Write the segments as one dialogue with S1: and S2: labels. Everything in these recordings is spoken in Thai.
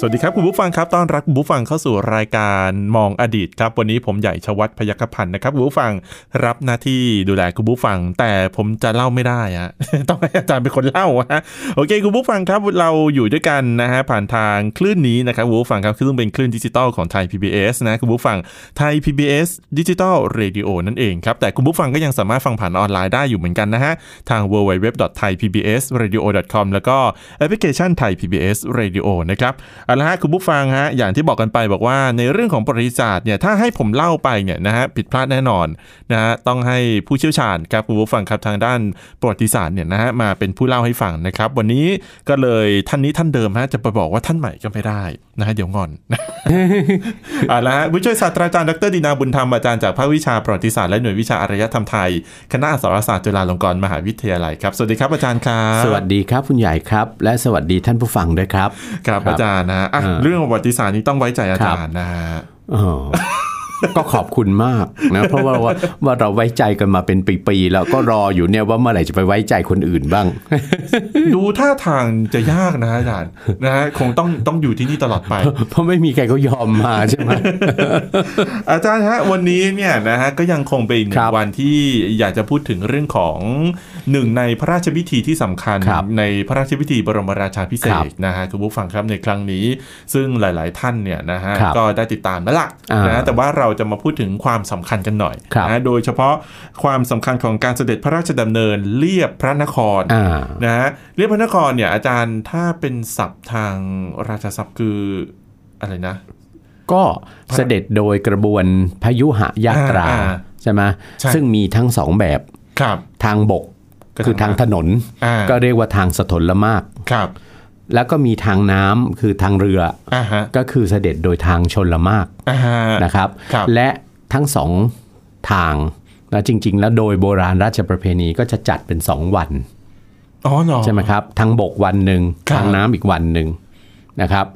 S1: สวัสดีครับ คุณผู้ฟังครับต้อนรับคุณผู้ฟังเข้าสู่รายการมองอดีตครับ วันนี้ผมใหญ่ชวัฒน์พยัคฆพันธ์นะครับคุณผู้ฟังรับหน้าที่ดูแลคุณผู้ฟัง แต่ผมจะเล่าไม่ได้ฮะ ต้องให้อาจารย์เป็นคนเล่าฮะโอเค คุณผู้ฟังครับเราอยู่ด้วยกันนะฮะผ่านทางคลื่นนี้นะครับคุณผู้ฟังครับคลื่นเป็นคลื่นดิจิตอลของไทย PBS นะคุณผู้ฟังไทย PBS ดิจิตอลเรดิโอนั่นเองครับแต่คุณผู้ฟังก็ยังสามารถฟังผ่านออนไลน์ได้อยู่เหมือนกันนะฮะทาง www.thaipbsradio.com แล้วก็แอปพลิเคชัน Thai PBS Radio นะครับ เอาละฮะคุณผู้ฟังฮะอย่างที่บอกกันไปบอกว่าในเรื่องของประวัติศาสตร์เนี่ยถ้าให้ผมเล่าไปเนี่ยนะฮะผิดพลาดแน่นอนนะฮะต้องให้ผู้เชี่ยวชาญครับคุณผู้ฟังครับทางด้านประวัติศาสตร์เนี่ยนะฮะมาเป็นผู้เล่าให้ฟังนะครับ วันนี้ก็เลยท่านนี้ท่านเดิมฮะจะไปบอกว่าท่านใหม่ก็ไม่ได้นะฮะเดี๋ยวงอน เอาละฮะผู้ช่วยศาสตราจารย์ดรดินาบุญธรรมอาจารย์จากภาควิชาประวัติศาสตร์และหน่วยวิชาอารยธรรมไทยคณะอักษรศาสตร์จุฬาลงกรณ์มหาวิทยาลัยครับสวัสดีครับอาจารย์ครับ
S2: สวัสดีครับ คุณใหญ่ครับ และสวัสดีท่านผู้ฟังด้วยครับ
S1: ครับ
S2: ครับ
S1: อาจารย์นะฮะอ่ะ
S2: อ่า
S1: เรื่องประวัติศาสตร์นี้ต้องไว้ใจอา
S2: ครับ
S1: จารย์นะฮะ
S2: อ๋อก็ขอบคุณมากนะเพราะว่าว่าว่าเราไว้ใจกันมาเป็นปีๆแล้วก็รออยู่เนี่ยว่าเมื่อไหร่จะไปไว้ใจคนอื่นบ้าง
S1: ดูท่าทางจะยากนะอาจารย์นะฮะคงต้องต้องอยู่ที่นี่ตลอดไป
S2: เพราะไม่มีใครเขายอมมาใช่ไหม
S1: อาจารย์ฮะวันนี้เนี่ยนะฮะก็ยังคงเป็นอีกหนึ่
S2: ครั
S1: ง
S2: บ
S1: วันที่อยากจะพูดถึงเรื่องของหนึ่งในพระราชพิธีที่สำคัญ
S2: ครับ
S1: ในพระราชพิธีบรมราชาพิเศ
S2: ครับ
S1: ษกนะฮะคุณผู้ฟังครับในครั้งนี้ ซึ่งหลาย ๆ ท่านเนี่ยนะฮะ
S2: ครับ
S1: ก็ได้ติดตามแล้วล่ะ
S2: อ่าน
S1: นะฮะแต่ว่าเราจะมาพูดถึงความสำคัญกันหน่อย
S2: ครับ
S1: นะฮะโดยเฉพาะความสำคัญของการเสด็จพระราชดำเนินเลียบพระนคร
S2: อ่า
S1: นะฮะเรียกพระนครเนี่ยอาจารย์ถ้าเป็นศัพท์ทางราชาศัพท์คืออะไรนะ
S2: ก็เสด็จโดยกระบวนพยุหยาตรา
S1: อ่า
S2: ใช่ไหม
S1: ใช่
S2: ซึ่งมีทั้งสองแบบ
S1: ครับ
S2: ทางบก
S1: ก็
S2: คือทาง
S1: ทางน้ำ
S2: ถนน
S1: อ่า
S2: ก็เรียกว่าทางสถนละมาก
S1: ครับ
S2: แล้วก็มีทางน้ำคือทางเรือ
S1: อ่าฮะ
S2: ก็คือเสด็จโดยทางชนละมาก
S1: อ่าฮะ
S2: นะครับ
S1: ครับ
S2: และทั้งสองทางนะจริง ๆ แล้วโดยโบราณราชประเพณีก็จะจัดเป็น 2 วัน
S1: อ๋อเหรอ
S2: ใช่ไหมครับทางบกวันหนึ่ง
S1: ครับ
S2: ทางน้ำอีกวันหนึ่งนะครับ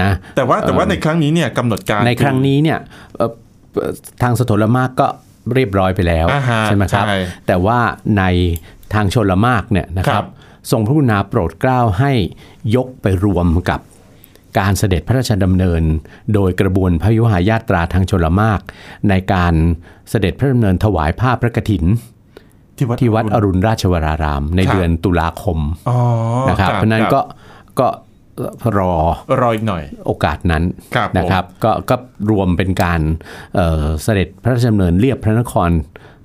S2: นะ
S1: แต่ว่าแต่ว่าในครั้งนี้เนี่ยกำหนดการ
S2: ในครั้งนี้เนี่ยเอ่อเอ่อทางสถนละมากก็เรียบร้อยไปแล้ว
S1: อ่าฮะ
S2: ใช่ไหมครับ
S1: ใช่
S2: แต่ว่าในทางชนละมากเนี่ยนะค
S1: ครั
S2: รั
S1: บบ
S2: ทรงพระกรุณาโปรดเกล้าให้ยกไปรวมกับการเสด็จพระราชดำเนิน โดยกระบวนพยุหายาตราทางชลมาก ในการเสด็จพระดำเนินถวายผ้าพระกฐิน ที่วัดอรุณราชวราราม ใน
S1: ครับ
S2: เดือนตุลาคม
S1: อ๋อ
S2: นะครับเพราะฉะนั้นก็ก็รอ
S1: รออีกหน่อย
S2: โอกาสนั้น
S1: ครับผม
S2: นะครับก็ก็รวมเป็นการเอ่อเสด็จพระราชดำเนินเรียบพระนคร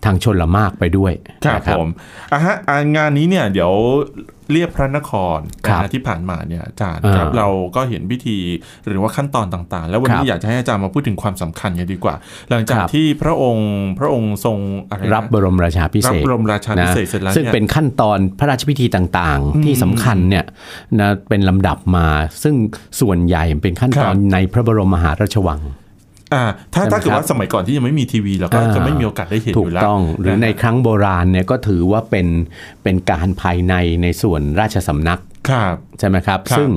S2: ทางชนละมากไปด้วย
S1: ครับ
S2: นะ
S1: ผมอ่ะฮะอ่างานนี้เนี่ยเดี๋ยวเรียบพระนคร
S2: ครับ
S1: นะฮะที่ผ่านมาเนี่ยอาจารย์
S2: อ่า
S1: ครับเราก็เห็นพิธีหรือว่าขั้นตอนต่างๆ แล้ววันนี้
S2: ครับ
S1: อยากจะให้อาจารย์มาพูดถึงความสำคัญกันดีกว่า หลังจาก
S2: ครับ
S1: ที่พระองค์พระองค์ทรงอะไรนะ
S2: รับบรมราชาพิเศษ
S1: รับบรมราชาพิเศษเสร็จแล้ว
S2: ซึ่ง
S1: เนี่ย
S2: เป็นขั้นตอนพระราชพิธีต่างๆ ที่สำคัญเนี่ยนะเป็นลำดับมา ซึ่งส่วนใหญ่เป็นขั้นตอน
S1: ครับ
S2: ในพระบรมมหาราชวัง
S1: อ่าถ้า
S2: ใช่ไหม
S1: ถ้าเกิด
S2: ครับ
S1: ว่าสมัยก่อนที่ยังไม่มีทีวีเราก็
S2: อ่า
S1: จะไม่มีโอกาสได้เห็น
S2: ถู
S1: อก ยู่แล้ว
S2: ต้องหรือในครั้งโบราณเนี่ยก็ถือว่าเป็นเป็นการภายในในส่วนราชสำนัก
S1: ครับ
S2: ใช่ไหมครับ
S1: ครับ
S2: ซึ่ง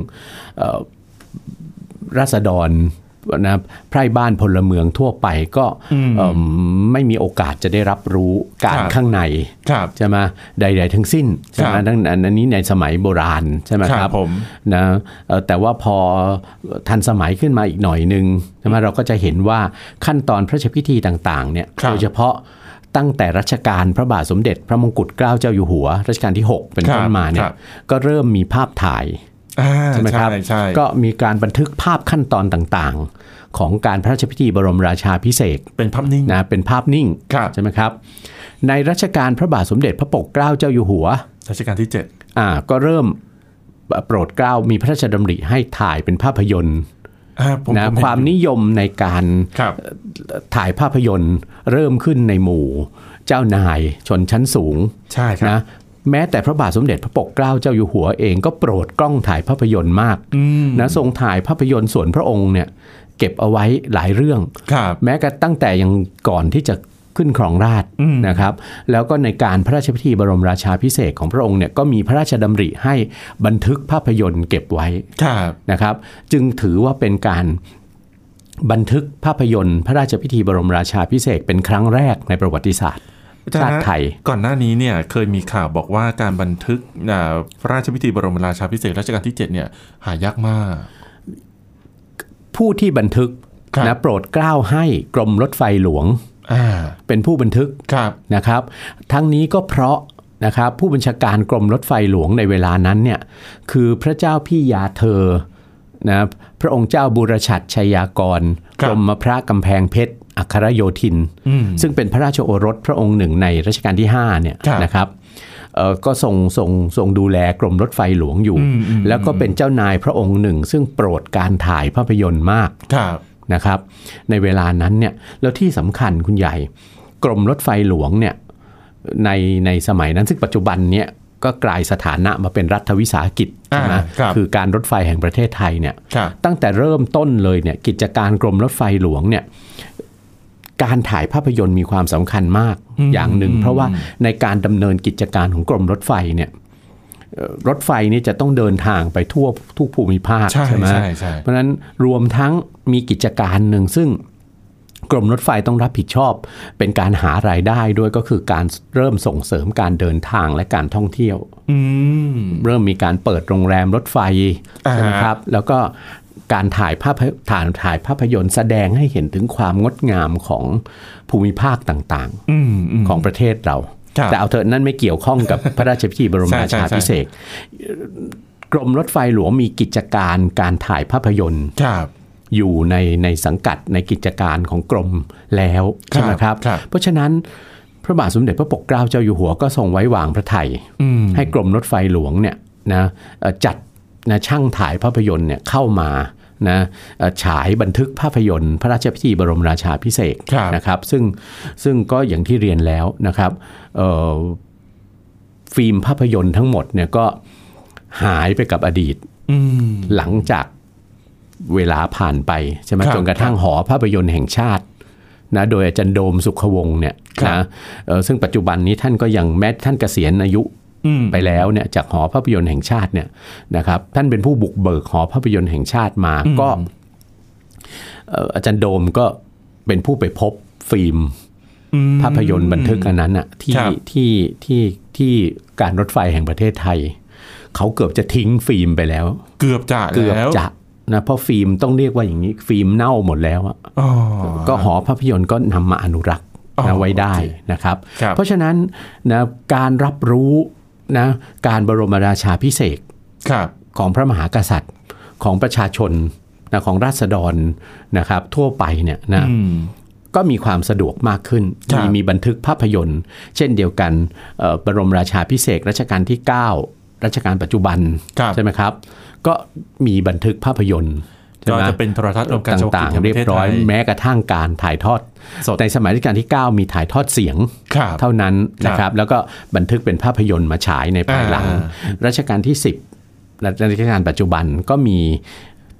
S2: เอ่อราษฎรนะไพร่บ้านพลเมืองทั่วไปก็เอิ่มไม่มีโอกาสจะได้รับรู้การ
S1: ครับ
S2: ข้างใน
S1: ครับ
S2: ใช่ไหมใด ๆ ทั้งสิ้นใช่ไห
S1: ค
S2: ม
S1: รับ
S2: ดังนั้นอันนี้ในสมัยโบราณใช่ไหม
S1: ค
S2: ค
S1: รั
S2: รั
S1: บบ ผม
S2: นะเอ่อแต่ว่าพอทันสมัยขึ้นมาอีกหน่อยหนึงใช่ไหมเราก็จะเห็นว่าขั้นตอนพระราชพิธีต่างๆเนี่ย
S1: ครับ
S2: โดยเฉพาะตั้งแต่รัชกาลพระบาทสมเด็จ พระมงกุฎเกล้าเจ้าอยู่หัวรัชกาลที่ 6 เป็นต้
S1: คน รับ
S2: มาเนี่
S1: ครั
S2: ย
S1: บ
S2: ก็เริ่มมีภาพถ่าย
S1: อ่า
S2: ใช่ไหมครับ
S1: ใช่
S2: ก็มีการบันทึกภาพขั้นตอนต่างๆ ของการพระราชพิธีบรมราชาพิเศษก
S1: เป็นภาพนิ่ง
S2: นะเป็นภาพนิ่ง
S1: ครับ
S2: ใช่ไหมครับ ในรัชกาลพระบาทสมเด็จพระปกเกล้าเจ้าอยู่หัว
S1: รัชกาลที่เจ็ด
S2: อ่าก็เริ่มโปรดเกล้ามีพระราชดำริให้ถ่ายเป็นภาพยนตร์
S1: อ่าผม
S2: นะ
S1: ผเห็
S2: ความนิยมในการ
S1: ครับ
S2: ถ่ายภาพยนตร์เริ่มขึ้นในหมู่ เจ้านายชนชั้นสูง
S1: ใช่ครับ
S2: นะแม้แต่พระบาทสมเด็จพระปกเกล้าเจ้าอยู่หัวเองก็โปรดกล้องถ่ายภาพยนตร์มาก
S1: อืม
S2: นะทรงถ่ายภาพยนตร์ส่วนพระองค์เนี่ยเก็บเอาไว้หลายเรื่อง
S1: ครับ
S2: แม้กระตั้งแต่ยังก่อนที่จะ ขึ้นครองราช
S1: อืม
S2: นะครับ แล้วก็ในการพระราชพิธีบรมราชาพิเศษกของพระองค์เนี่ยก็มีพระราชดำริให้บันทึกภาพยนตร์เก็บไว้
S1: ครับ
S2: นะครับจึงถือว่าเป็นการบันทึกภาพยนตร์ พระราชพิธีบรมราชาพิเศษกเป็นครั้งแรกในประวัติศาสตร์
S1: อาจาร
S2: ชาติ
S1: ย์
S2: ไทย
S1: ก่อนหน้านี้เนี่ยเคยมีข่าวบอกว่าการบันทึกอ่าพระราชพิธีบรมราชาพิเศษกรัชกาลที่ 7 เนี่ยหายากมาก
S2: ผู้ที่บันทึก
S1: ครับ
S2: นะโปรดเกล้าให้กรมรถไฟหลวง
S1: อ่า
S2: เป็นผู้บันทึก
S1: ครับ
S2: นะครับ ทั้งนี้ก็เพราะนะครับผู้บัญชาการกรมรถไฟหลวงในเวลานั้นเนี่ยคือพระเจ้าพี่ยาเธอนะพระองค์เจ้าบุรชัดชัยยากร
S1: ครั
S2: ก
S1: บ
S2: รมพระกำแพงเพชรอัครโยธิน
S1: อืม
S2: ซึ่งเป็นพระราชโอรสพระองค์หนึ่งในรัชกาลที่5เนี่ย
S1: ครับ
S2: นะครับเอ่อก็ทรงทรงทรงดูแลกรมรถไฟหลวงอยู่
S1: อืมอืม
S2: แล้วก็เป็นเจ้านายพระองค์หนึ่ง ซึ่งโปรดการถ่ายภาพยนตร์มาก
S1: ครับ
S2: นะครับ ในเวลานั้นเนี่ยแล้วที่สำคัญคุณใหญ่ กรมรถไฟหลวงเนี่ยในในสมัยนั้นซึ่งปัจจุบันเนี่ยก็กลายสถานะมาเป็นรัฐวิสาหกิจใช่ไหม
S1: อ่าครับ
S2: คือการรถไฟแห่งประเทศไทยเนี่ย
S1: ครับ
S2: ตั้งแต่เริ่มต้นเลยเนี่ยกิจการกรมรถไฟหลวงเนี่ยการถ่ายภาพยนตร์มีความสำคัญมากอย่างหนึ่ง เพราะว่าในการดำเนินกิจการของกรมรถไฟเนี่ยเอ่อรถไฟนี่จะต้องเดินทางไปทั่วทุกภูมิภาค
S1: ใช่
S2: ไหม
S1: ใช่ใช่
S2: เพราะฉะนั้นรวมทั้งมีกิจการหนึ่งซึ่งกรมรถไฟต้องรับผิดชอบ เป็นการหารายได้ด้วยก็คือการเริ่มส่งเสริมการเดินทางและการท่องเที่ยว
S1: อืม
S2: เริ่มมีการเปิดโรงแรมรถไฟ
S1: อ่าฮะ
S2: ใช่ไหมครับ แล้วก็การถ่ายภาพถ่ายถ่ายภาพยนตร์แสดงให้เห็นถึงความงดงามของภูมิภาคต่าง
S1: อืมม
S2: ๆ ของประเทศเรา
S1: ครับ
S2: แต่เอาเถอะนั่นไม่เกี่ยวข้องกับ พระราชพิธีบรม
S1: ใช่
S2: รา
S1: ใช่
S2: ชา
S1: ใช่
S2: พิเศษกกรมรถไฟหลวงมีกิจการการถ่ายภาพยนตร์
S1: ครับ
S2: อยู่ในในสังกัดในกิจการของกรมแล้วใช่ไหมครับ
S1: ครับ
S2: เพราะฉะนั้นพระบาทสมเด็จพระปกเกล้าเจ้าอยู่หัวก็ทรงไว้วางพระไทย
S1: อืม
S2: ให้กรมรถไฟหลวงเนี่ยนะเอ่อจัดนะช่างถ่ายภาพยนตร์เนี่ยเข้ามานะเอ่อฉายบันทึกภาพยนตร์ พระราชพิธีบรมราชาพิเศษก
S1: ครับ
S2: นะครับ ซึ่งซึ่งก็อย่างที่เรียนแล้วนะครับเอ่อฟิล์มภาพยนตร์ทั้งหมดเนี่ยก็หายไปกับอดีต
S1: อืม
S2: หลังจากเวลาผ่านไปใช่ไหม
S1: ครับ
S2: จนกระทั่งหอภาพยนตร์แห่งชาตินะโดยอาจารย์โดมสุขวงศ์เนี่ย
S1: ครับ
S2: นะเอ่อซึ่งปัจจุบันนี้ท่านก็ยังแม้ท่านเกษียณอายุ
S1: อืม
S2: ไปแล้วเนี่ยจากหอภาพยนตร์แห่งชาติเนี่ยนะครับท่านเป็นผู้บุกเบิกหอภาพยนตร์แห่งชาติมาก็เอ่ออาจารย์โดมก็เป็นผู้ไปพบฟิล์ม
S1: อืม
S2: ภาพยนตร์บันทึกอันนั้นอะที่
S1: ครับ
S2: ที่ที่ที่การรถไฟแห่งประเทศไทย เขาเกือบจะทิ้งฟิล์มไปแล้ว
S1: เกือบจะ
S2: เกือบ
S1: แล้ว
S2: จะนะเพราะฟิล์มต้องเรียกว่าอย่างนี้ฟิล์มเน่าหมดแล้วอะ
S1: อ๋อ
S2: ก็หอภาพยนตร์ก็นำมาอนุรักษ์
S1: อ๋อ
S2: นะไว้ได้
S1: โอเค
S2: นะครับ
S1: ครับ
S2: เพราะฉะนั้นนะการรับรู้นะการบรมราชาพิเศษก
S1: ครับ
S2: ของพระมหากษัตริย์ของประชาชนนะของราษฎรนะครับทั่วไปเนี่ยนะ
S1: อืม
S2: ก็มีความสะดวกมากขึ้น
S1: ครับ
S2: มีมีบันทึกภาพยนตร์ เช่นเดียวกันเอ่อบรมราชาพิเศษกรัชกาลที่ 9 รัชกาลปัจจุบัน
S1: ครับ
S2: ใช่ไหมครับ ก็มีบันทึกภาพยนตร์ใช่
S1: ก็
S2: ไหม
S1: จะเป็นโทรทัศน์รวมการ
S2: ต
S1: ฉบับ่
S2: าง
S1: แห่
S2: ๆ เรีย
S1: ปะท
S2: บ
S1: ศ
S2: ร้อย
S1: ไท
S2: แม้กระทั่งการถ่ายทอด
S1: สด
S2: ในสมัยรัชกาลที่ 9 มีถ่ายทอดเสียง
S1: ครับ
S2: เท่านั้นนะครับ แล้วก็บันทึกเป็นภาพยนตร์มาฉายในภายหลัง
S1: อ่
S2: รัชกาลที่ 10และรัชกาลปัจจุบันก็มี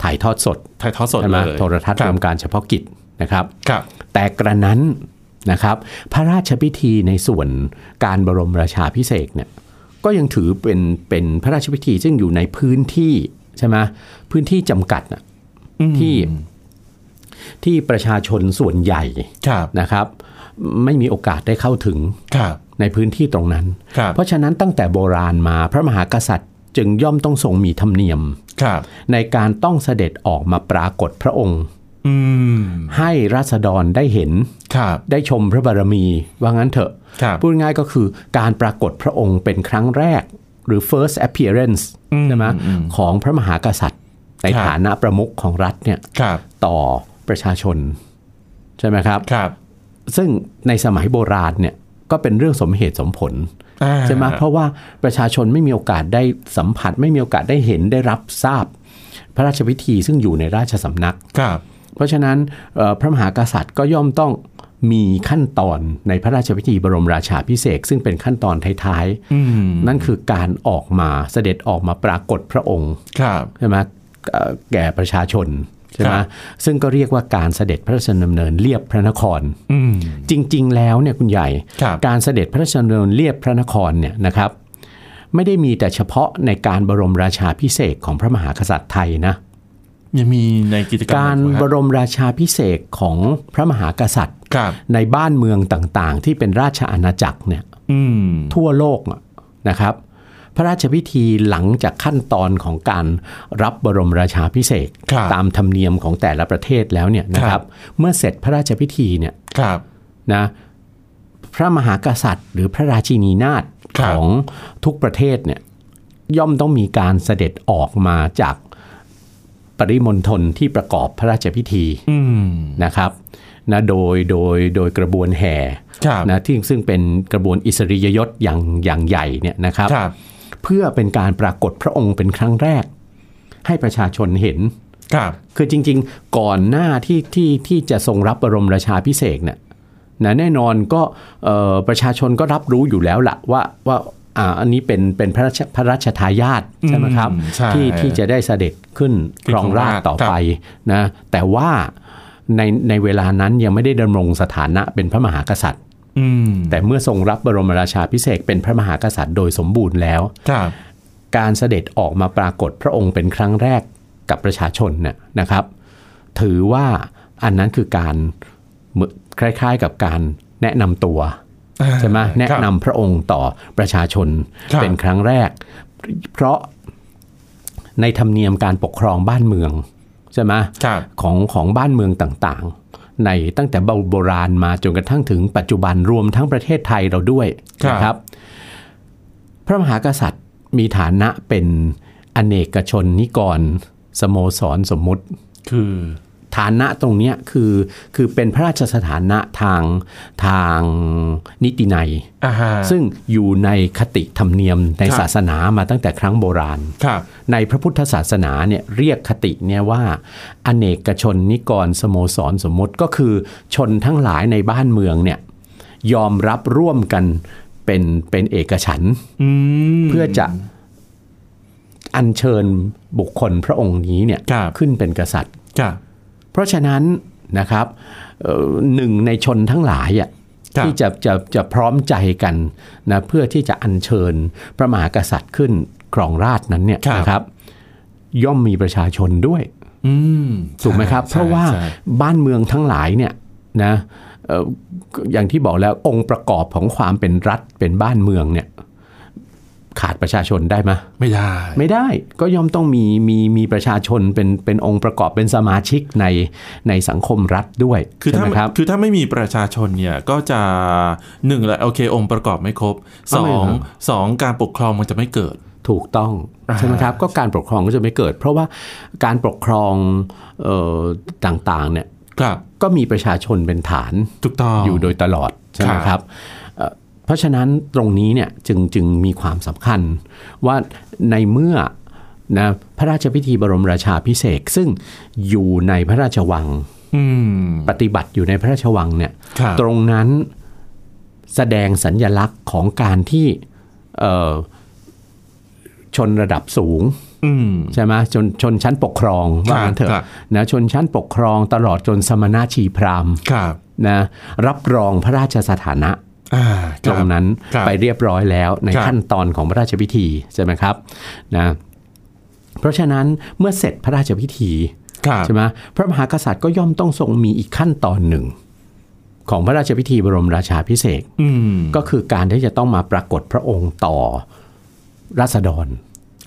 S2: ถ่ายทอดสด
S1: ถ่ายทอดสด
S2: ใช่ไหม
S1: เลย
S2: โทรทัศน์
S1: ค
S2: ร
S1: รับ
S2: วมการเฉพาะกิจนะครับ
S1: ครับ
S2: แต่กระนั้นนะครับ พระราชพิธีในส่วนการบรมราชาพิเศษกเนี่ยก็ยังถือเป็นเป็นพระราชพิธีซึ่งอยู่ในพื้นที่ใช่ไหมพื้นที่จำกัดน่ะที่ที่ประชาชนส่วนใหญ่
S1: ครับ
S2: นะครับ ไม่มีโอกาสได้เข้าถึง
S1: ครับ
S2: ในพื้นที่ตรงนั้น
S1: ครับ
S2: เพราะฉะนั้นตั้งแต่โบราณมาพระมหากษัตริย์จึงย่อมต้องทรงมีธรรมเนียม
S1: ครับ
S2: ในการต้องเสด็จออกมาปรากฏพระองค์
S1: อืม
S2: ให้ราษฎรได้เห็น
S1: ครับ
S2: ได้ชมพระบารมีว่างั้นเถอะ
S1: ครับ
S2: พูดง่ายก็คือการปรากฏพระองค์เป็นครั้งแรก หรือ first appearance
S1: อืม
S2: ใช่ไหม
S1: อืม
S2: ของพระมหากษัตริย์ ใน
S1: ครับ
S2: ฐานะประมุขของรัฐเนี่ย
S1: ครับ
S2: ต่อประชาชน ใช่ไหมครับ
S1: ครับ
S2: ซึ่งในสมัยโบราณเนี่ยก็เป็นเรื่องสมเหตุสมผล
S1: อ่า
S2: ใช่ไหมเพราะว่าประชาชนไม่มีโอกาสได้สัมผัส ไม่มีโอกาสได้เห็นได้รับทราบ พระราชพิธีซึ่งอยู่ในราชสำนัก
S1: ครับ
S2: เพราะฉะนั้นเอ่อพระมหากษัตริย์ก็ย่อมต้องมีขั้นตอนในพระราชพิธีบรมราชาพิเศษกซึ่งเป็นขั้นตอนท้าย
S1: อืม
S2: ๆ นั่นคือการออกมาเสด็จออกมาปรากฏพระองค์
S1: ครับ
S2: ใช่ไหมเอ่อแก่ประชาชน ใช่ไหม
S1: ครับ
S2: ซึ่งก็เรียกว่าการเสด็จพระราชดำเนินเลียบพระนคร
S1: อืม
S2: จริง ๆ แล้วเนี่ยคุณใหญ่
S1: ครับ
S2: การเสด็จพระราชดำเนินเลียบพระนครเนี่ยนะครับ ไม่ได้มีแต่เฉพาะในการบรมราชาพิเศษกของพระมหากษัตริย์ไทยนะ
S1: ยังมีในกิจกรรม
S2: การ
S1: อี
S2: บ
S1: ด้วย
S2: รมราชาพิเศษกของพระมหากษัตริย์
S1: ครับ
S2: ในบ้านเมืองต่างๆ ที่เป็นราชอาณาจักรเนี่ย
S1: อืม
S2: ทั่วโลกอะนะครับ พระราชพิธีหลังจากขั้นตอนของการรับบรมราชาพิเศษก
S1: ครับ
S2: ตามธรรมเนียมของแต่ละประเทศแล้วเนี่ยนะค
S1: ครั
S2: รับ
S1: บ
S2: เมื่อเสร็จพระราชพิธีเนี่ย
S1: ครับ
S2: นะพระมหากษัตริย์ หรือพระราชินีนาถ
S1: ครับ
S2: ของทุกประเทศเนี่ยย่อมต้องมีการเสด็จออกมาจากปริมณฑลที่ประกอบพระราชพิธี
S1: อืม
S2: นะครับนะโดยโดยโดยกระบวนแห่
S1: ครับ
S2: นะที่ซึ่งเป็นกระบวนอิสริยยศอย่างอย่างใหญ่เนี่ยนะครับ
S1: ครับ
S2: เพื่อเป็นการปรากฏพระองค์เป็นครั้งแรก ให้ประชาชนเห็น
S1: ครับ
S2: คือจริงๆ ก่อนหน้าที่ที่ที่จะทรงรับบรมราชาพิเศษกเนี่ยนะแน่นอนก็เอ่อประชาชนก็รับรู้อยู่แล้วละว่าว่าอ่าอันนี้เป็นเป็นพระราชพระราชทายาทใช่ไหมครับ
S1: อืมใช่
S2: ที่ที่จะได้เสด็จขึ้น
S1: ขึ้
S2: คน รองราช
S1: ค
S2: ย์
S1: รองราชย์
S2: ต่อไปนะแต่ว่าในในเวลานั้นยังไม่ได้ดำรงสถานะเป็นพระมหากษัตริย์
S1: ืม
S2: แต่เมื่อทรงรับบรมราชาพิเศษกเป็นพระมหากษัตริย์โดยสมบูรณ์แล้ว
S1: ครับ
S2: การเสด็จออกมาปรากฏพระองค์เป็นครั้งแรกกับประชาชนน่ะนะครับ ถือว่าอันนั้นคือการเหมือนคล้ายๆกับการแนะนำตัวใช่ไหมแนะนำพระองค์ต่อประชาชน
S1: ครับ
S2: เป็นครั้งแรก เพราะในธรรมเนียมการปกครองบ้านเมืองใช่ไหม
S1: ครับ
S2: ของของบ้านเมืองต่างๆ ในตั้งแต่โบราณมาจนกระทั่งถึงปัจจุบันรวมทั้งประเทศไทยเราด้วย
S1: ครับ
S2: นะครับ พระมหากษัตริย์มีฐานะเป็นอเนกชนนิกร สโมสรสมมุติ
S1: คือ
S2: ฐานะตรงเนี้ยคือคือเป็นพระราชสถานะทางทางนิตินัย
S1: อ่าฮะ
S2: ซึ่งอยู่ในคติธรรมเนียมในศาสนามาตั้งแต่ครั้งโบราณ
S1: ครับ
S2: ในพระพุทธศาสนาเนี่ยเรียกคติเนี่ยว่า อเนกชนนิกรสโมสรสมมติก็คือชนทั้งหลายในบ้านเมืองเนี่ยยอมรับร่วมกันเป็นเป็นเอกฉันท์
S1: อืม
S2: เพื่อจะอัญเชิญบุคคลพระองค์นี้เนี่ย
S1: ครับ
S2: ขึ้นเป็นกษัตริย์
S1: ครับ
S2: เพราะฉะนั้นนะครับเอ่อหนึ่งในชนทั้งหลายอ่ะ
S1: ครับ
S2: ที่จะจะจะพร้อมใจกันนะเพื่อที่จะอัญเชิญพระมหากษัตริย์ขึ้นครองราชย์นั้นเนี่ยนะครับ ย่อมมีประชาชนด้วย
S1: อืม
S2: ถูกไหมครับ เพ
S1: ใช่
S2: ราะว่า
S1: ใช่
S2: บ้านเมืองทั้งหลายเนี่ยนะเอ่ออย่างที่บอกแล้วองค์ประกอบของความเป็นรัฐเป็นบ้านเมืองเนี่ยขาดประชาชนได้ไหมย
S1: ไม่ได้
S2: ไม่ได้ก็ย่อมต้องมีมีมีประชาชนเป็นเป็นองค์ประกอบเป็นสมาชิกในในสังคมรัฐด้วย
S1: คือ
S2: ใช่
S1: ถ้า
S2: ไหมครับ
S1: คือถ้าไม่มีประชาชนเนี่ยก็จะหนึ่งแหละโอเค องค์ประกอบไม่ครบสอง
S2: ทำไมครับ
S1: สองการปกครองมันจะไม่เกิด
S2: ถูกต้องใช่ไหมครับก็การปกครองก็จะไม่เกิด เพราะว่าการปกครองเอ่อต่างๆเนี่ย
S1: ครับ
S2: ก็มีประชาชนเป็นฐาน
S1: ถูกต้อง
S2: อยู่โดยตลอดใช่ไหม
S1: ค
S2: ค
S1: รั
S2: รับ บเอ่อเพราะฉะนั้นตรงนี้เนี่ยจึงจึงมีความสำคัญว่าในเมื่อนะพระราชพิธีบรมราชาพิเศษกซึ่งอยู่ในพระราชวัง
S1: อืม
S2: ปฏิบัติอยู่ในพระราชวังเนี่ย
S1: ครับ
S2: ตรงนั้นแสดงสัญญลักษณ์ของการที่เอ่อชนระดับสูง
S1: อืม
S2: ใช่ไหมชนชนชั้นปกครองว่างั้นเถอะ
S1: ครับ
S2: นะชนชั้นปกครองตลอดจนสมณชีพราหมณ์
S1: ครับ
S2: นะรับรองพระราชสถานะ
S1: อ่าค
S2: ต
S1: บ
S2: รงนั้น
S1: ครับ
S2: ไปเรียบร้อยแล้วใน
S1: ครับ
S2: ขั้นตอนของพระราชพิธีใช่ไหมครับนะเพราะฉะนั้นเมื่อเสร็จพระราชพิธี
S1: ครับ
S2: ใช่ไหมพระมหากษัตริย์ก็ย่อมต้องทรงมีอีกขั้นตอนหนึ่ง ของพระราชพิธีบรมราชาพิเศษก
S1: อืม
S2: ก็คือการที่จะต้องมาปรากฏพระองค์ต่อราษฎร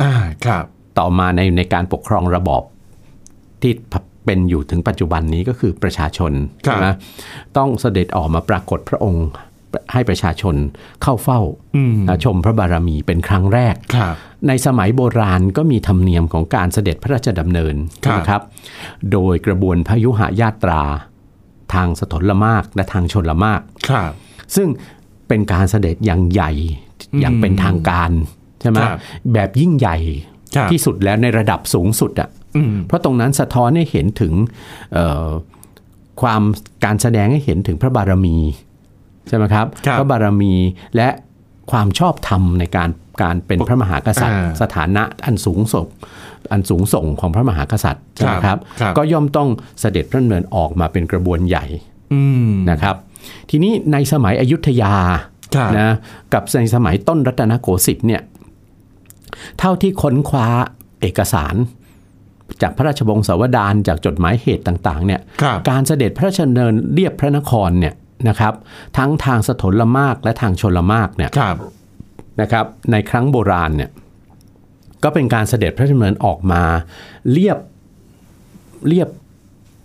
S1: อ่าครับ
S2: ต่อมาในในการปกครองระบอบที่เป็นอยู่ถึงปัจจุบันนี้ก็คือประชาชน
S1: ครับ
S2: ใช่ไหมต้องเสด็จออกมาปรากฏพระองค์ให้ประชาชนเข้าเฝ้า
S1: อืม
S2: นะชมพระบารมีเป็นครั้งแรก
S1: ครับ
S2: ในสมัยโบราณก็มีธรรมเนียมของการเสด็จพระราชดำเนิน
S1: ครับ
S2: นะครับ โดยกระบวนพยุหญาตรา ทางสถลมากและทางชนละมาก
S1: ครับ
S2: ซึ่งเป็นการเสด็จอย่างใหญ่อย่างเป็นทางการใช่ไหม
S1: ครับ
S2: แบบยิ่งใหญ่
S1: ครับ
S2: ที่สุดแล้วในระดับสูงสุดอ่ะ
S1: อืม
S2: เพราะตรงนั้นสะท้อนให้เห็นถึงเอ่อความการแสดงให้เห็นถึงพระบารมีใช่ไหมครับ
S1: ครับ
S2: พระบารมีและความชอบธรรมในการ การเป็นพระมหากษัตริย์
S1: อ่า
S2: สถานะอันสูงส่งอันสูงส่งของพระมหากษัตริย์ใช่ไหม
S1: ค
S2: ค
S1: รั
S2: รั
S1: บบ ครับ
S2: ก็ย่อมต้องเสด็จพระดำเนินออกมาเป็นกระบวนใหญ่
S1: อืม
S2: นะครับ ทีนี้ในสมัยอยุธยา
S1: ครับ
S2: นะกับในสมัยต้นรัตนโกสินทร์เนี่ยเท่าที่ค้นคว้าเอกสาร จากพระราชวงศาวดารจากจดหมายเหตุต่างๆเนี่ย
S1: ครับ
S2: การเสด็จพระราชดำเนินเรียบพระนครเนี่ยนะครับ ทั้งทางสถลมากและทางชลมากเนี่ย
S1: ครับ
S2: นะครับในครั้งโบราณเนี่ยก็เป็นการเสด็จพระราชดำเนินออกมาเรียบเรียบ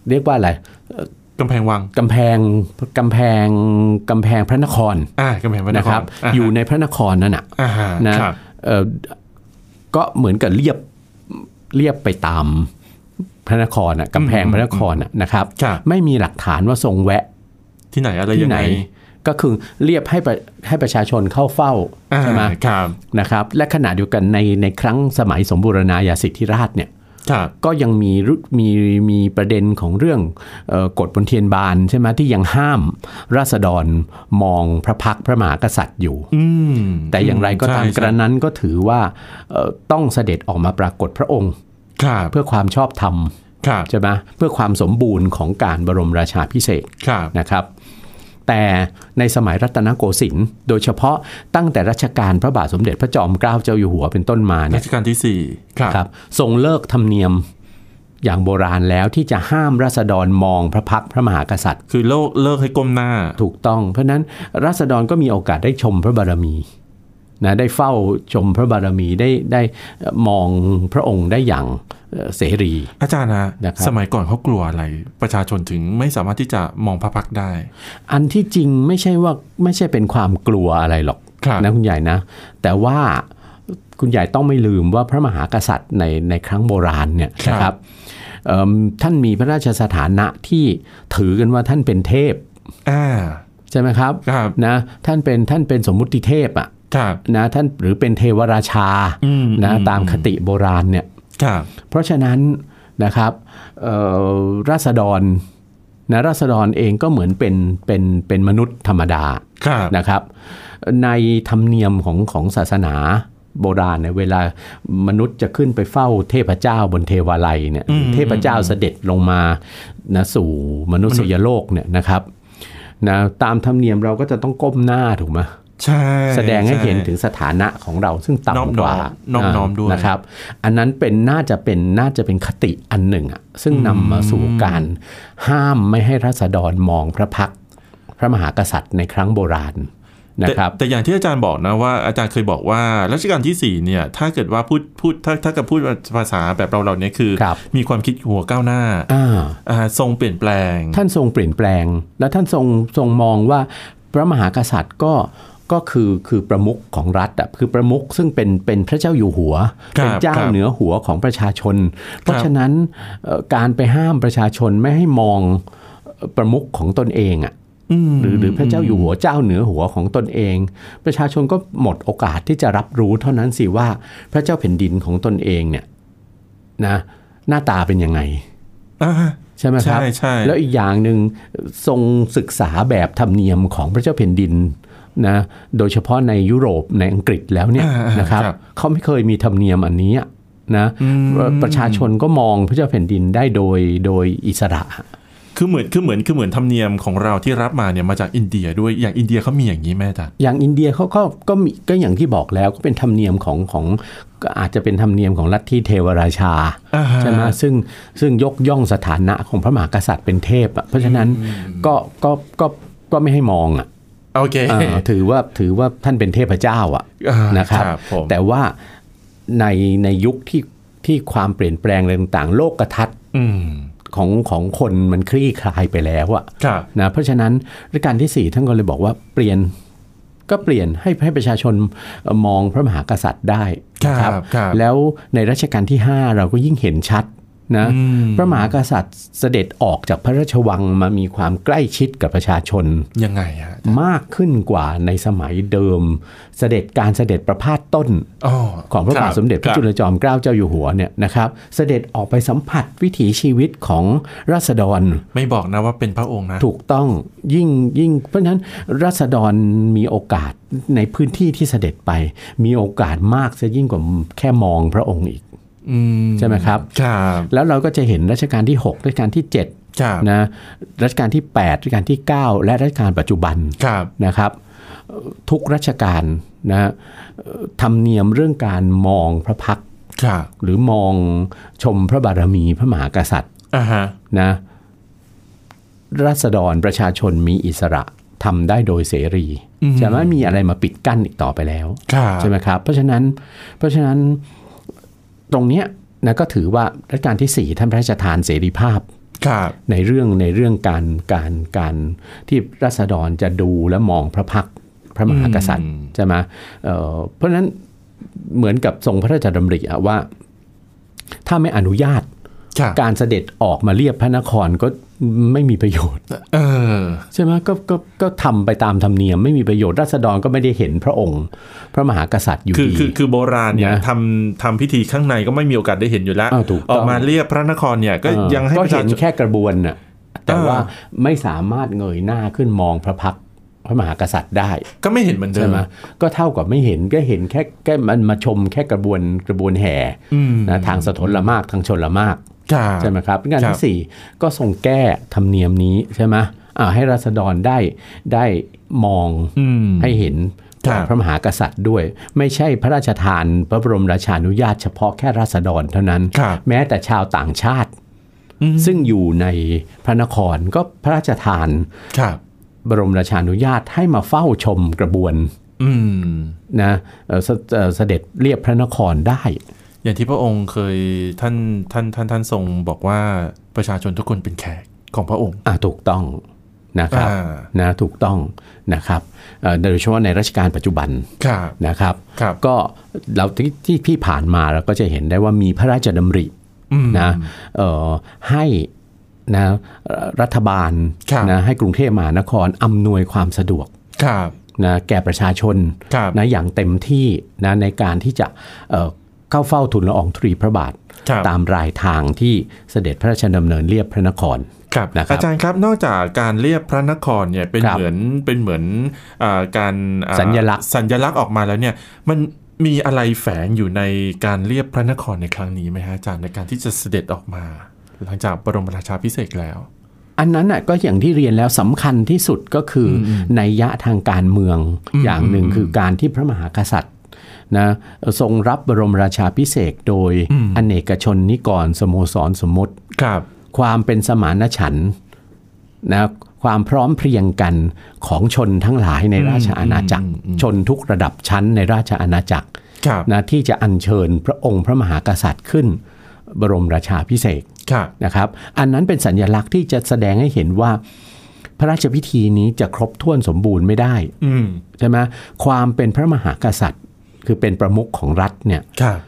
S2: เรียกว่าอะไร
S1: กำแพงวัง
S2: กำแพงกำแพงกำแพงพระนคร
S1: อ่ากำแพงพระน
S2: นะ
S1: ค
S2: ค
S1: ร
S2: รับ
S1: า
S2: อยู่ในพระนครนั่นน่ะ
S1: อ่าฮะ
S2: นะครับ เอ่อก็เหมือนกับเรียบเรียบไปตามพระนครน่ะกำแพงพระนครน่ะนะครับ
S1: ครับ
S2: ไม่มีหลักฐานว่าทรงแวะ
S1: ที่ไหนอะไร
S2: ที่
S1: ยัง
S2: ไหน
S1: ไง
S2: ก็คือเรียบให้ประให้ประชาชนเข้าเฝ้า
S1: อ่า
S2: ใช่ไหม
S1: ครับ
S2: นะครับ และขณะเดียวกันในในครั้งสมัยสมบูรณาญาสิทธิราชเนี่ย
S1: ครับ
S2: ก็ยังมีรุมีมีประเด็นของเรื่องเออกฎบนเทียนบานใช่ไหมที่ยังห้ามราษฎรมองพระพักตร์พระมหากษัตริย์อยู่
S1: อืม
S2: แต่อย่างไรก็ตาม
S1: ใช่
S2: กระนั้นก็ถือว่าเอ่อต้องเสด็จออกมาปรากฏพระองค์
S1: ครับ
S2: เพื่อความชอบธรรม
S1: ครับ
S2: ใช่ไหมเพื่อความสมบูรณ์ของการบรมราชาพิเศษก
S1: ครับ
S2: นะครับแต่ในสมัยรัตนโกสินทร์โดยเฉพาะตั้งแต่รัชกาลพระบาทสมเด็จพระจอมเกล้าเจ้าอยู่หัวเป็นต้นมาเนี่
S1: รั
S2: ย
S1: ชกาลที่สี่ครับ
S2: ครับทรงเลิกธรรมเนียมอย่างโบราณแล้วที่จะห้ามราษฎรมองพระพักตร์พระมหากษัตริย์
S1: คือเลิกเลิกให้ก้มหน้า
S2: ถูกต้อง เพราะฉะนั้นราษฎรก็มีโอกาสได้ชมพระบารมีนะได้เฝ้าชมพระบารมีได้ได้เอ่อมองพระองค์ได้อย่างเอ่อเสรี
S1: อาจารย์ฮะ
S2: นะครับ
S1: สมัยก่อนเขากลัวอะไร ประชาชนถึงไม่สามารถที่จะมองพระพักตร์ได้
S2: อันที่จริงไม่ใช่ว่าไม่ใช่เป็นความกลัวอะไรหรอก
S1: ครับ
S2: นะคุณใหญ่นะ แต่ว่าคุณใหญ่ต้องไม่ลืมว่าพระมหากษัตริย์ในในครั้งโบราณเนี่ยนะครับเอิ่มท่านมีพระราชสถานะที่ถือกันว่าท่านเป็นเทพ
S1: อ่า
S2: ใช่ไหมครับ
S1: ครับ
S2: นะท่านเป็นท่านเป็นสมมุติเทพอะ
S1: ครับ
S2: นะท่านหรือเป็นเทวราชา
S1: อืม
S2: นะ
S1: อืม
S2: ตามคติโบราณเนี่ย
S1: ครับ
S2: เพราะฉะนั้นนะครับเอ่อราษฎรนะราษฎรเองก็เหมือนเป็นเป็นเป็นมนุษย์ธรรมดา
S1: ครับ
S2: นะครับในธรรมเนียมของของศาสนาโบราณเนี่ยเวลามนุษย์จะขึ้นไปเฝ้าเทพเจ้าบนเทวาลัยเนี่ยเทพเจ้าเสด็จลงมานะสู่มนุษยโลกเนี่ยนะครับนะตามธรรมเนียมเราก็จะต้องก้มหน้าถูกไหม
S1: ใช่
S2: แสดงให้เห็น
S1: ช่
S2: ถึงสถานะของเราซึ่ง
S1: น้อมน้
S2: ต่ำก
S1: อม
S2: ว่า
S1: น้อมน้อมด้วย
S2: นะครับ อันนั้นเป็นน่าจะเป็นน่าจะเป็นคติอันหนึ่งอะซึ่งนำมาสู่การห้ามไม่ให้รัษฎรมองพระพักตร์พระมหากษัตริย์ในครั้งโบราณนะครับ
S1: แต่แต่อย่างที่อาจารย์บอกนะว่าอาจารย์เคยบอกว่ารัชกาลที่ 4 เนี่ยถ้าเกิดว่าพูดพูดถ้าถ้ากับพูดภาษาแบบเราเราเนี่ยคือ
S2: ครับ
S1: มีความคิดหัวก้าวหน้า
S2: อ่า
S1: อ่าทรงเปลี่ยนแปลง
S2: ท่านทรงเปลี่ยนแปลง และท่านทรงทรงมองว่าพระมหากษัตริย์ก็ก็คือคือประมุขของรัฐอะคือประมุขซึ่งเป็นเป็นพระเจ้าอยู่หัว
S1: ครับ
S2: เป็นเจ้า
S1: ครับ
S2: เหนือหัวของประชาชน เพราะฉะนั้นเอ่อการไปห้ามประชาชนไม่ให้มองเอ่อประมุขของตนเองอะ
S1: อืม
S2: หรือหรือพระเจ้าอยู่หัวเจ้าเหนือหัวของตนเอง ประชาชนก็หมดโอกาสที่จะรับรู้เท่านั้นสิว่าพระเจ้าแผ่นดินของตนเองเนี่ยนะหน้าตาเป็นยังไง
S1: อ่า
S2: ใช่ไหมครับ
S1: ใช่ใช่
S2: แล้วอีกอย่างหนึ่งทรงศึกษาแบบธรรมเนียมของพระเจ้าแผ่นดินนะโดยเฉพาะในยุโรปในอังกฤษแล้วเนี่ย
S1: อ่าอ่าน
S2: นะครับ
S1: ครับ
S2: เขาไม่เคยมีธรรมเนียมอันนี้นะประชาชนก็มองพระเจ้าแผ่นดินได้โดยโดยอิสระ
S1: คือเหมือนคือเหมือนคือเหมือนธรรมเนียมของเราที่รับมาเนี่ยมาจากอินเดียด้วยอย่างอินเดียเขามีอย่างนี้ไหมอาจารย์
S2: อย่างอินเดียเขาก็ก็มีก็อย่างที่บอกแล้วก็เป็นธรรมเนียมของของก็อาจจะเป็นธรรมเนียมของลัทธิเทวราชา
S1: อ่าฮะ
S2: ใช่ไหมซึ่งซึ่งยกย่องสถานะของพระมหากษัตริย์เป็นเทพอะเพราะฉะนั้นก็ก็ก็ก็ไม่ให้มองอ่ะ
S1: โอเค
S2: เอ่อถือว่าถือว่าท่านเป็นเทพเจ้าอ่ะ
S1: อ่าน
S2: นะครับ
S1: ครับผม
S2: แต่ว่าในในยุคที่ที่ความเปลี่ยนแปลงอะไรต่างๆ โลกกระทัด
S1: อืม
S2: ของของคนมันคลี่คลายไปแล้วอะ
S1: ครับ
S2: นะเพราะฉะนั้นรัชกาลที่ 4 ท่านก็เลยบอกว่าเปลี่ยนก็เปลี่ยนให้ให้ประชาชนเอ่อมองพระมหากษัตริย์ได้นะครับ
S1: ครับครับ
S2: แล้วในรัชกาลที่ 5 เราก็ยิ่งเห็นชัด นะ
S1: อืม
S2: พระมหากษัตริย์เสด็จออกจากพระราชวังมามีความใกล้ชิดกับประชาชน
S1: ยังไงฮะ
S2: มากขึ้นกว่าในสมัยเดิม เสด็จการเสด็จประพาสต้น
S1: อ๋อ
S2: ของพระบาทสมเด็จพระจุลจอมเกล้าเจ้าอยู่หัวเนี่ยนะครับ เสด็จออกไปสัมผัสวิถีชีวิตของราษฎร
S1: ไม่บอกนะว่าเป็นพระองค์นะ
S2: ถูกต้องยิ่งยิ่ง เพราะฉะนั้นราษฎรมีโอกาสในพื้นที่ที่เสด็จไป มีโอกาสมากจะยิ่งกว่าแค่มองพระองค์อีก
S1: อืม
S2: ใช่ไหมครับ
S1: ครับ
S2: แล้วเราก็จะเห็นรัชกาลที่ 6 รัชกาลที่
S1: ครับ
S2: 7นะรัชกาลที่ 8 รัชกาลที่ 9 และรัชกาลปัจจุบัน
S1: ครับ
S2: นะครับเอ่อทุกราชการนะฮะเอ่อธรรมเนียมเรื่องการมองพระพักตร์
S1: ครับ
S2: หรือมองชมพระบารมีพระมหากษัตริย์
S1: อ่าฮะ
S2: นะรัษฎรประชาชนมีอิสระทำได้โดยเสรีจะไม่มีอะไรมาปิดกั้นอีกต่อไปแล้ว
S1: ครับ
S2: ใช่ไหมครับ เพราะฉะนั้นเพราะฉะนั้นตรงเนี้ยนะก็ถือว่ารัชกาลที่ 4 ท่านพระราชทานเสรีภาพ
S1: ครับ
S2: ในเรื่องในเรื่องการการการที่รัษฎรจะดูและมองพระพักตร์พระมหากษัตริย์ใช่ไหมเอ่อเพราะฉะนั้นเหมือนกับทรงพระราชดำริอะว่า ถ้าไม่อนุญาต
S1: ครับ
S2: การเสด็จออกมาเรียบพระนครก็ไม่มีประโยชน์
S1: เออ
S2: ใช่ไหมก็ก็ก็ทำไปตามธรรมเนียม ไม่มีประโยชน์รัษฎรก็ไม่ได้เห็นพระองค์ พระมหากษัตริย์อยู่
S1: คือ
S2: ดี
S1: คือคือโบราณเนี่ย
S2: นะ
S1: ทำทำพิธีข้างในก็ไม่มีโอกาสได้เห็นอยู่แล้ว
S2: อ้าวถูกต้อง
S1: ออกมาเรียบพระนครเนี่ยก็
S2: เออ
S1: ยังให้
S2: ก็
S1: ประชา
S2: เห็น
S1: ชน
S2: แค่กระบวนน่ะแต่
S1: เออ
S2: ว่าไม่สามารถเงยหน้าขึ้นมองพระพักตร์พระมหากษัตริย์ได้
S1: ก็ไม่เห็นเหมือนเดิ
S2: ใช่
S1: ม
S2: ไหมก็เท่ากับไม่เห็นก็เห็นแค่แค่มันมาชมแค่กระบวนกระบวนแห่
S1: อืม
S2: นะทางสะทนละมากทางชนละมาก
S1: ครับ
S2: ใช่ไหมครับงาน
S1: ครับ
S2: ที่สี่ก็ทรงแก้ธรรมเนียมนี้ใช่ไหมอ่าให้ราษฎรได้ได้มอง
S1: อืม
S2: ให้เห็น
S1: ครับ
S2: พระมหากษัตริย์ด้วย ไม่ใช่พระราชทานพระบรมราชานุญาตเฉพาะแค่ราษฎรเท่านั้น
S1: ครับ
S2: แม้แต่ชาวต่างชาติ
S1: อืม
S2: ซึ่งอยู่ในพระนครก็พระราชทาน
S1: ครับ
S2: บรมราชานุญาตให้มาเฝ้าชมกระบวน
S1: อืม
S2: นะเอ่อเสเอ่อเสด็จเรียบพระนครได้
S1: อย่างที่พระองค์เคยท่านท่านท่านท่านทรงบอกว่าประชาชนทุกคนเป็นแขกของพระองค์
S2: อ่ะถูกต้องนะครับ
S1: อ่า
S2: นะถูกต้องนะครับเอ่อโดยเฉพาะในรัชกาลปัจจุบัน
S1: ครับ
S2: นะครับ
S1: ครับ
S2: ก็เราที่ที่ที่ผ่านมาเราก็จะเห็นได้ว่ามีพระราชดำริ
S1: อืม
S2: นะเอ่อให้นะเอ่อรัฐบาล
S1: ครับ
S2: นะให้กรุงเทพมหานครอำนวยความสะดวก
S1: ครับ
S2: นะแก่ประชาชน
S1: ครับ
S2: นะอย่างเต็มที่นะในการที่จะเอ่อเข้าเฝ้าทุนละอองธุลีพระบาท
S1: ครับ
S2: ตามรายทางที่เสด็จพระราชดำเนินเรียบพระนคร
S1: ครับ
S2: นะครับ
S1: อาจารย์ครับนอกจากการเรียบพระนครเนี่ยเป็น
S2: ครับ
S1: เหมือนเป็นเหมือนอาการอ่า
S2: สัญลักษณ์
S1: สัญลักษณ์ออกมาแล้วเนี่ยมันมีอะไรแฝงอยู่ในการเรียบพระนครในครั้งนี้ไหมฮะอาจารย์ในการที่จะเสด็จออกมา หลังจากบรมราชาพิเศษกแล้ว
S2: อันนั้นน่ะก็อย่างที่เรียนแล้วสำคัญที่สุดก็คืออในยยะทางการเมืองอย่างหนึ่งคือการที่พระมหากษัตริย์นะทรงรับบรมราชาพิเศษกโดยอเนกชนนิกรสโมสรสมมติ
S1: ครับ
S2: ความเป็นสมานฉันท์นะความพร้อมเพรียงกันของชนทั้งหลายในราชอาณาจักร ชนทุกระดับชั้นในราชอาณาจักร
S1: ครับ
S2: นะที่จะอัญเชิญพระองค์พระมหากษัตริย์ขึ้น บรมราชาพิเศษก
S1: ครับ
S2: นะครับ อันนั้นเป็นสัญลักษณ์ที่จะแสดงให้เห็นว่า พระราชพิธีนี้จะครบถ้วนสมบูรณ์ไม่ได้
S1: อืม
S2: ใช่ไหมความเป็นพระมหากษัตริย์ คือเป็นประมุขของรัฐเนี่ย
S1: ครับ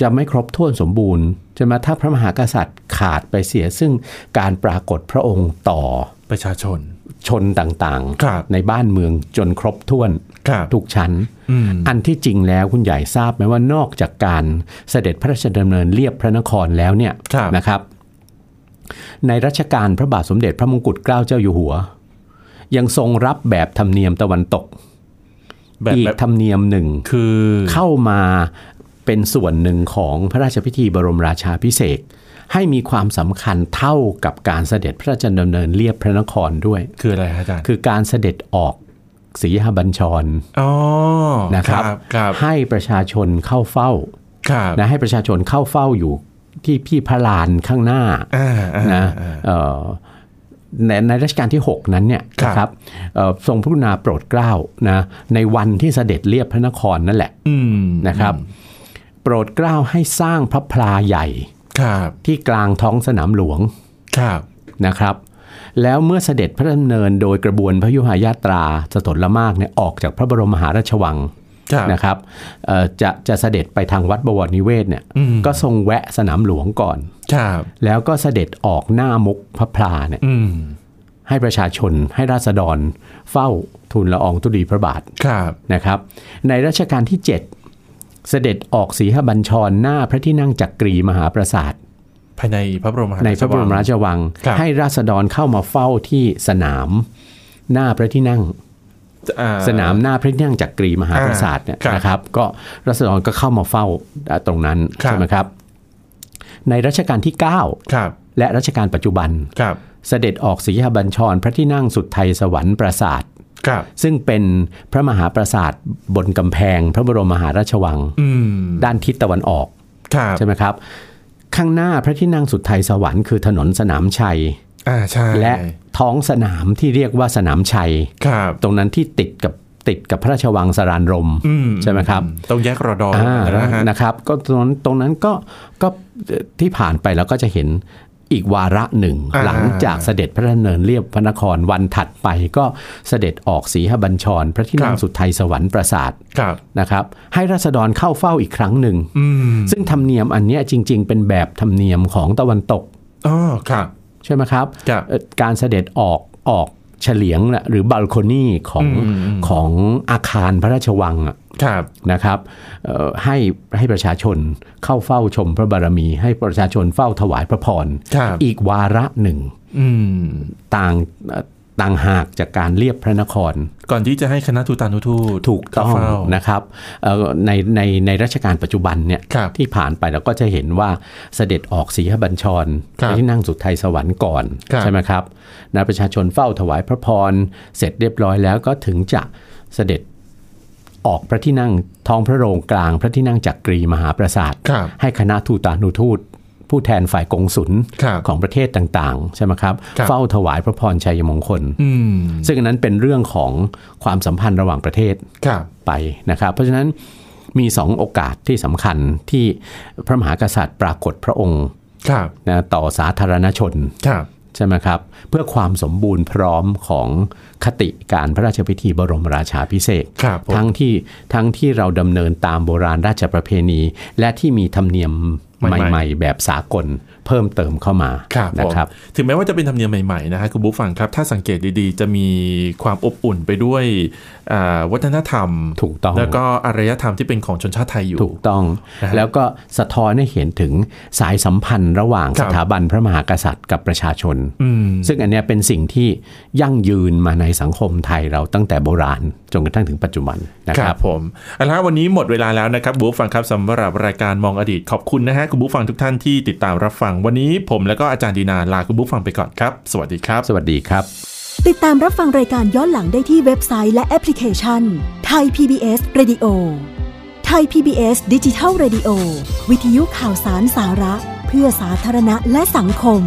S2: จะไม่ครบถ้วนสมบูรณ์ใช่ไหมถ้าพระมหากษัตริย์ขาดไปเสียซึ่งการปรากฏพระองค์ต่อ
S1: ประชาชน
S2: ชนต่าง
S1: ครับ
S2: ๆ ในบ้านเมืองจนครบถ้วน
S1: ครับ
S2: ทุกชั้น
S1: อืม
S2: อันที่จริงแล้วคุณใหญ่ทราบไหมว่านอกจากการเสด็จพระราชดำเนินเรียบพระนครแล้วเนี่ย
S1: ครับ
S2: นะครับ ในรัชกาลพระบาทสมเด็จพระมงกุฎเกล้าเจ้าอยู่หัว ยังทรงรับแบบธรรมเนียมตะวันตก
S1: แบบ
S2: อีก
S1: แบบ
S2: ธรรมเนียมหนึ่ง
S1: คือ
S2: เข้ามาเป็นส่วนหนึ่งของพระราชพิธีบรมราชาพิเศษกให้มีความสำคัญเท่ากับการเสด็จพระราชดำเนินเรียบพระนครด้วย
S1: คืออะไรฮะอาจารย์
S2: คือการเสด็จออกสีหบัญชร
S1: อ๋อ
S2: นะครับ
S1: ครับ
S2: ให้ประชาชนเข้าเฝ้า
S1: ครับ
S2: นะให้ประชาชนเข้าเฝ้าอยู่ที่พี่พระลานข้างหน้า
S1: อ่าอ่า
S2: นะ
S1: อ่า
S2: เอ่อในในรัชกาลที่ 6 นั้นเนี่ย
S1: ครับ
S2: นะครับเอ่อทรงพระกรุณาโปรดเกล้านะในวันที่เสด็จเรียบพระนครนั่นแหละ
S1: อืม
S2: นะครับโปรดเกล้าให้สร้างพระพลาใหญ่
S1: ครับ
S2: ที่กลางท้องสนามหลวง
S1: ครับ
S2: นะครับ แล้วเมื่อเสด็จพระดำเนินโดยกระบวนพระยุหายาตราสถนละมากเนี่ยออกจากพระบรมมหาราชวัง
S1: ครับ
S2: นะครับเอ่อจะจะเสด็จไปทางวัดบวรนิเวศเนี่ยก็ทรงแวะสนามหลวงก่อน
S1: ครับ
S2: แล้วก็เสด็จออกหน้ามกพระพลาเนี่ย
S1: อืม
S2: ให้ประชาชนให้ราษฎร เฝ้าทูลละอองธุลีพระบาท
S1: ครับ
S2: นะครับในรัชกาลที่ 7 เสด็จออกสีหบัญชรหน้าพระที่นั่งจักกรีมหาปราสาท
S1: ภายในพระบรมหา
S2: ใน
S1: ช
S2: พระบรม
S1: วัง
S2: ราชวัง
S1: ครับ
S2: ให้ราษฎรเข้ามาเฝ้าที่สนาม หน้าพระที่นั่ง
S1: อ่
S2: สนามหน้าพระที่นั่งจักกรีมหาปราสาทเนี่ย
S1: อ่าครับ
S2: นะครับ ก็รัษฎรก็เข้ามาเฝ้าอ่าตรงนั้น
S1: ครับ
S2: ใช่ไหมครับ ในรัชกาลที่
S1: ครับ
S2: 9 และรัชกาลปัจจุบัน
S1: ครับ
S2: เสด็จออกสีหบัญชรพระที่นั่งสุดไทยสวรรค์ปราสาท
S1: ครับ
S2: ซึ่งเป็นพระมหาปราสาทบนกำแพง พระบรมมหาราชวัง
S1: อืม
S2: ด้านทิศตะวันออก
S1: ครับ
S2: ใช่ไหมครับ ข้างหน้าพระที่นั่งสุดไทยสวรรค์คือถนนสนามชัย
S1: อ่า ใช่
S2: และท้องสนามที่เรียกว่าสนามชัย
S1: ครับ
S2: ตรงนั้นที่ติดกับติดกับพระราชวังสรานรม
S1: อืม
S2: ใช่ไหมครับ
S1: ต้องแยกรอดอ
S2: อ่า
S1: นะฮะ
S2: นะครับก็ตรงนั้นตรงนั้นก็ก็ที่ผ่านไปแล้วก็จะเห็นอีกวาระหนึ่ง
S1: อ่า
S2: หลังจากเสด็จพระดำเนินเรียบพระนครวันถัดไปก็เสด็จออกสีหบัญชร พระที่นั่งสุดไทยสวรรค์ปราสาท
S1: ครับ
S2: นะครับให้ราษฎรเข้าเฝ้าอีกครั้งหนึ่ง
S1: อืม
S2: ซึ่งธรรมเนียมอันเนี้ยจริง ๆ เป็นแบบธรรมเนียมของตะวันตก
S1: อ๋อครับ
S2: ใช่ไหมครับ
S1: ครับ
S2: เอ่อการเสด็จออกออกเฉลียงน่ะหรือบัลโคนีของ
S1: อืม
S2: ของอาคารพระราชวังอะ
S1: ครับ
S2: นะครับเอ่อให้ให้ประชาชนเข้าเฝ้าชมพระบารมี ให้ประชาชนเฝ้าถวายพระพร
S1: ครับ
S2: อีกวาระหนึ่ง
S1: อืม
S2: ต่างเอ่อต่างหากจากการเรียบพระนคร
S1: ก่อนที่จะให้คณะทูตานุทูต
S2: ถูกต้อ
S1: เข้า
S2: ง
S1: เฝ้า
S2: นะครับเอ่อในในในรัชกาลปัจจุบันเนี่ย
S1: ครับ
S2: ที่ผ่านไปเราก็จะเห็นว่าเสด็จออกสีหบัญชร
S1: ครับ
S2: ไปที่นั่งสุดไทยสวรรค์ก่อน
S1: ครับ
S2: ใช่ไหมครับนะประชาชนเฝ้าถวายพระพร เสร็จเรียบร้อยแล้วก็ถึงจะเสด็จออกพระที่นั่งท้องพระโรงกลาง พระที่นั่งจักกรีมหาปราสาท
S1: ครับ
S2: ให้คณะทูตานุทูต ผู้แทนฝ่ายกงสุล
S1: ครับ
S2: ของประเทศต่างๆใช่ไหมครับ
S1: ครับ
S2: เฝ้าถวายพระพรชัยมงคล
S1: อืม
S2: ซึ่งอันนั้นเป็นเรื่องของความสัมพันธ์ระหว่างประเทศ
S1: ครับ
S2: ไปนะครับเพราะฉะนั้นมีสองโอกาสที่สำคัญที่พระมหากษัตริย์ปรากฏพระองค์
S1: ครับ
S2: นะต่อสาธารณชน
S1: ครับ
S2: ใช่ไหมครับเพื่อความสมบูรณ์พร้อมของคติการพระราชพิธีบรมราชาพิเศษก
S1: ครับผม
S2: ทั้งที่ทั้งที่เราดำเนินตามโบราณราชประเพณี และที่มีธรรมเนียม
S1: ใหม่ๆ
S2: ใหม่ ๆ แบบสากลเพิ่มเติมเข้ามา
S1: ครับ
S2: นะ
S1: ผม
S2: ครับ
S1: ถึงแม้ว่าจะเป็นธรรมเนียมใหม่ๆนะฮะคุณบุ๊คฟังครับ ถ้าสังเกตดีๆ จะมีความอบอุ่นไปด้วยอ่าวัฒนธรรม
S2: ถูกต้อง
S1: แล้วก็อารยธรรมที่เป็นของชนชาติไทยอยู่
S2: ถูกต้อง
S1: นะฮะ
S2: แล้วก็สะท้อนให้เห็นถึงสายสัมพันธ์ระหว่าง
S1: ครั
S2: ส
S1: บ
S2: ถาบันพระมหากษัตริย์กับประชาชน
S1: อืม
S2: ซึ่งอันเนี้ยเป็นสิ่งที่ยั่งยืนมาในสังคมไทยเราตั้งแต่โบราณ จนกระทั่งถึงปัจจุบันนะ
S1: ค
S2: ค
S1: รั
S2: รั
S1: บบ ผมเอาละฮะวันนี้หมดเวลาแล้วนะครับบุ๊คฟังครับสำหรับรายการมองอดีตขอบคุณนะฮะคุณบุ๊คฟังทุกท่านที่ติดตามรับฟังวันนี้ผมและก็อาจารย์ดีนาลาคุณบุ๊คฟังไปก่อนครับ สวัสดีครับ
S2: สวัสดีครับ
S3: ติดตามรับฟังรายการย้อนหลังได้ที่เว็บไซต์และแอปพลิเคชันไทย PBS Radio ไทย PBS ดิจิทัล Radio วิทยุข่าวสารสาระ เพื่อสาธารณะและสังคม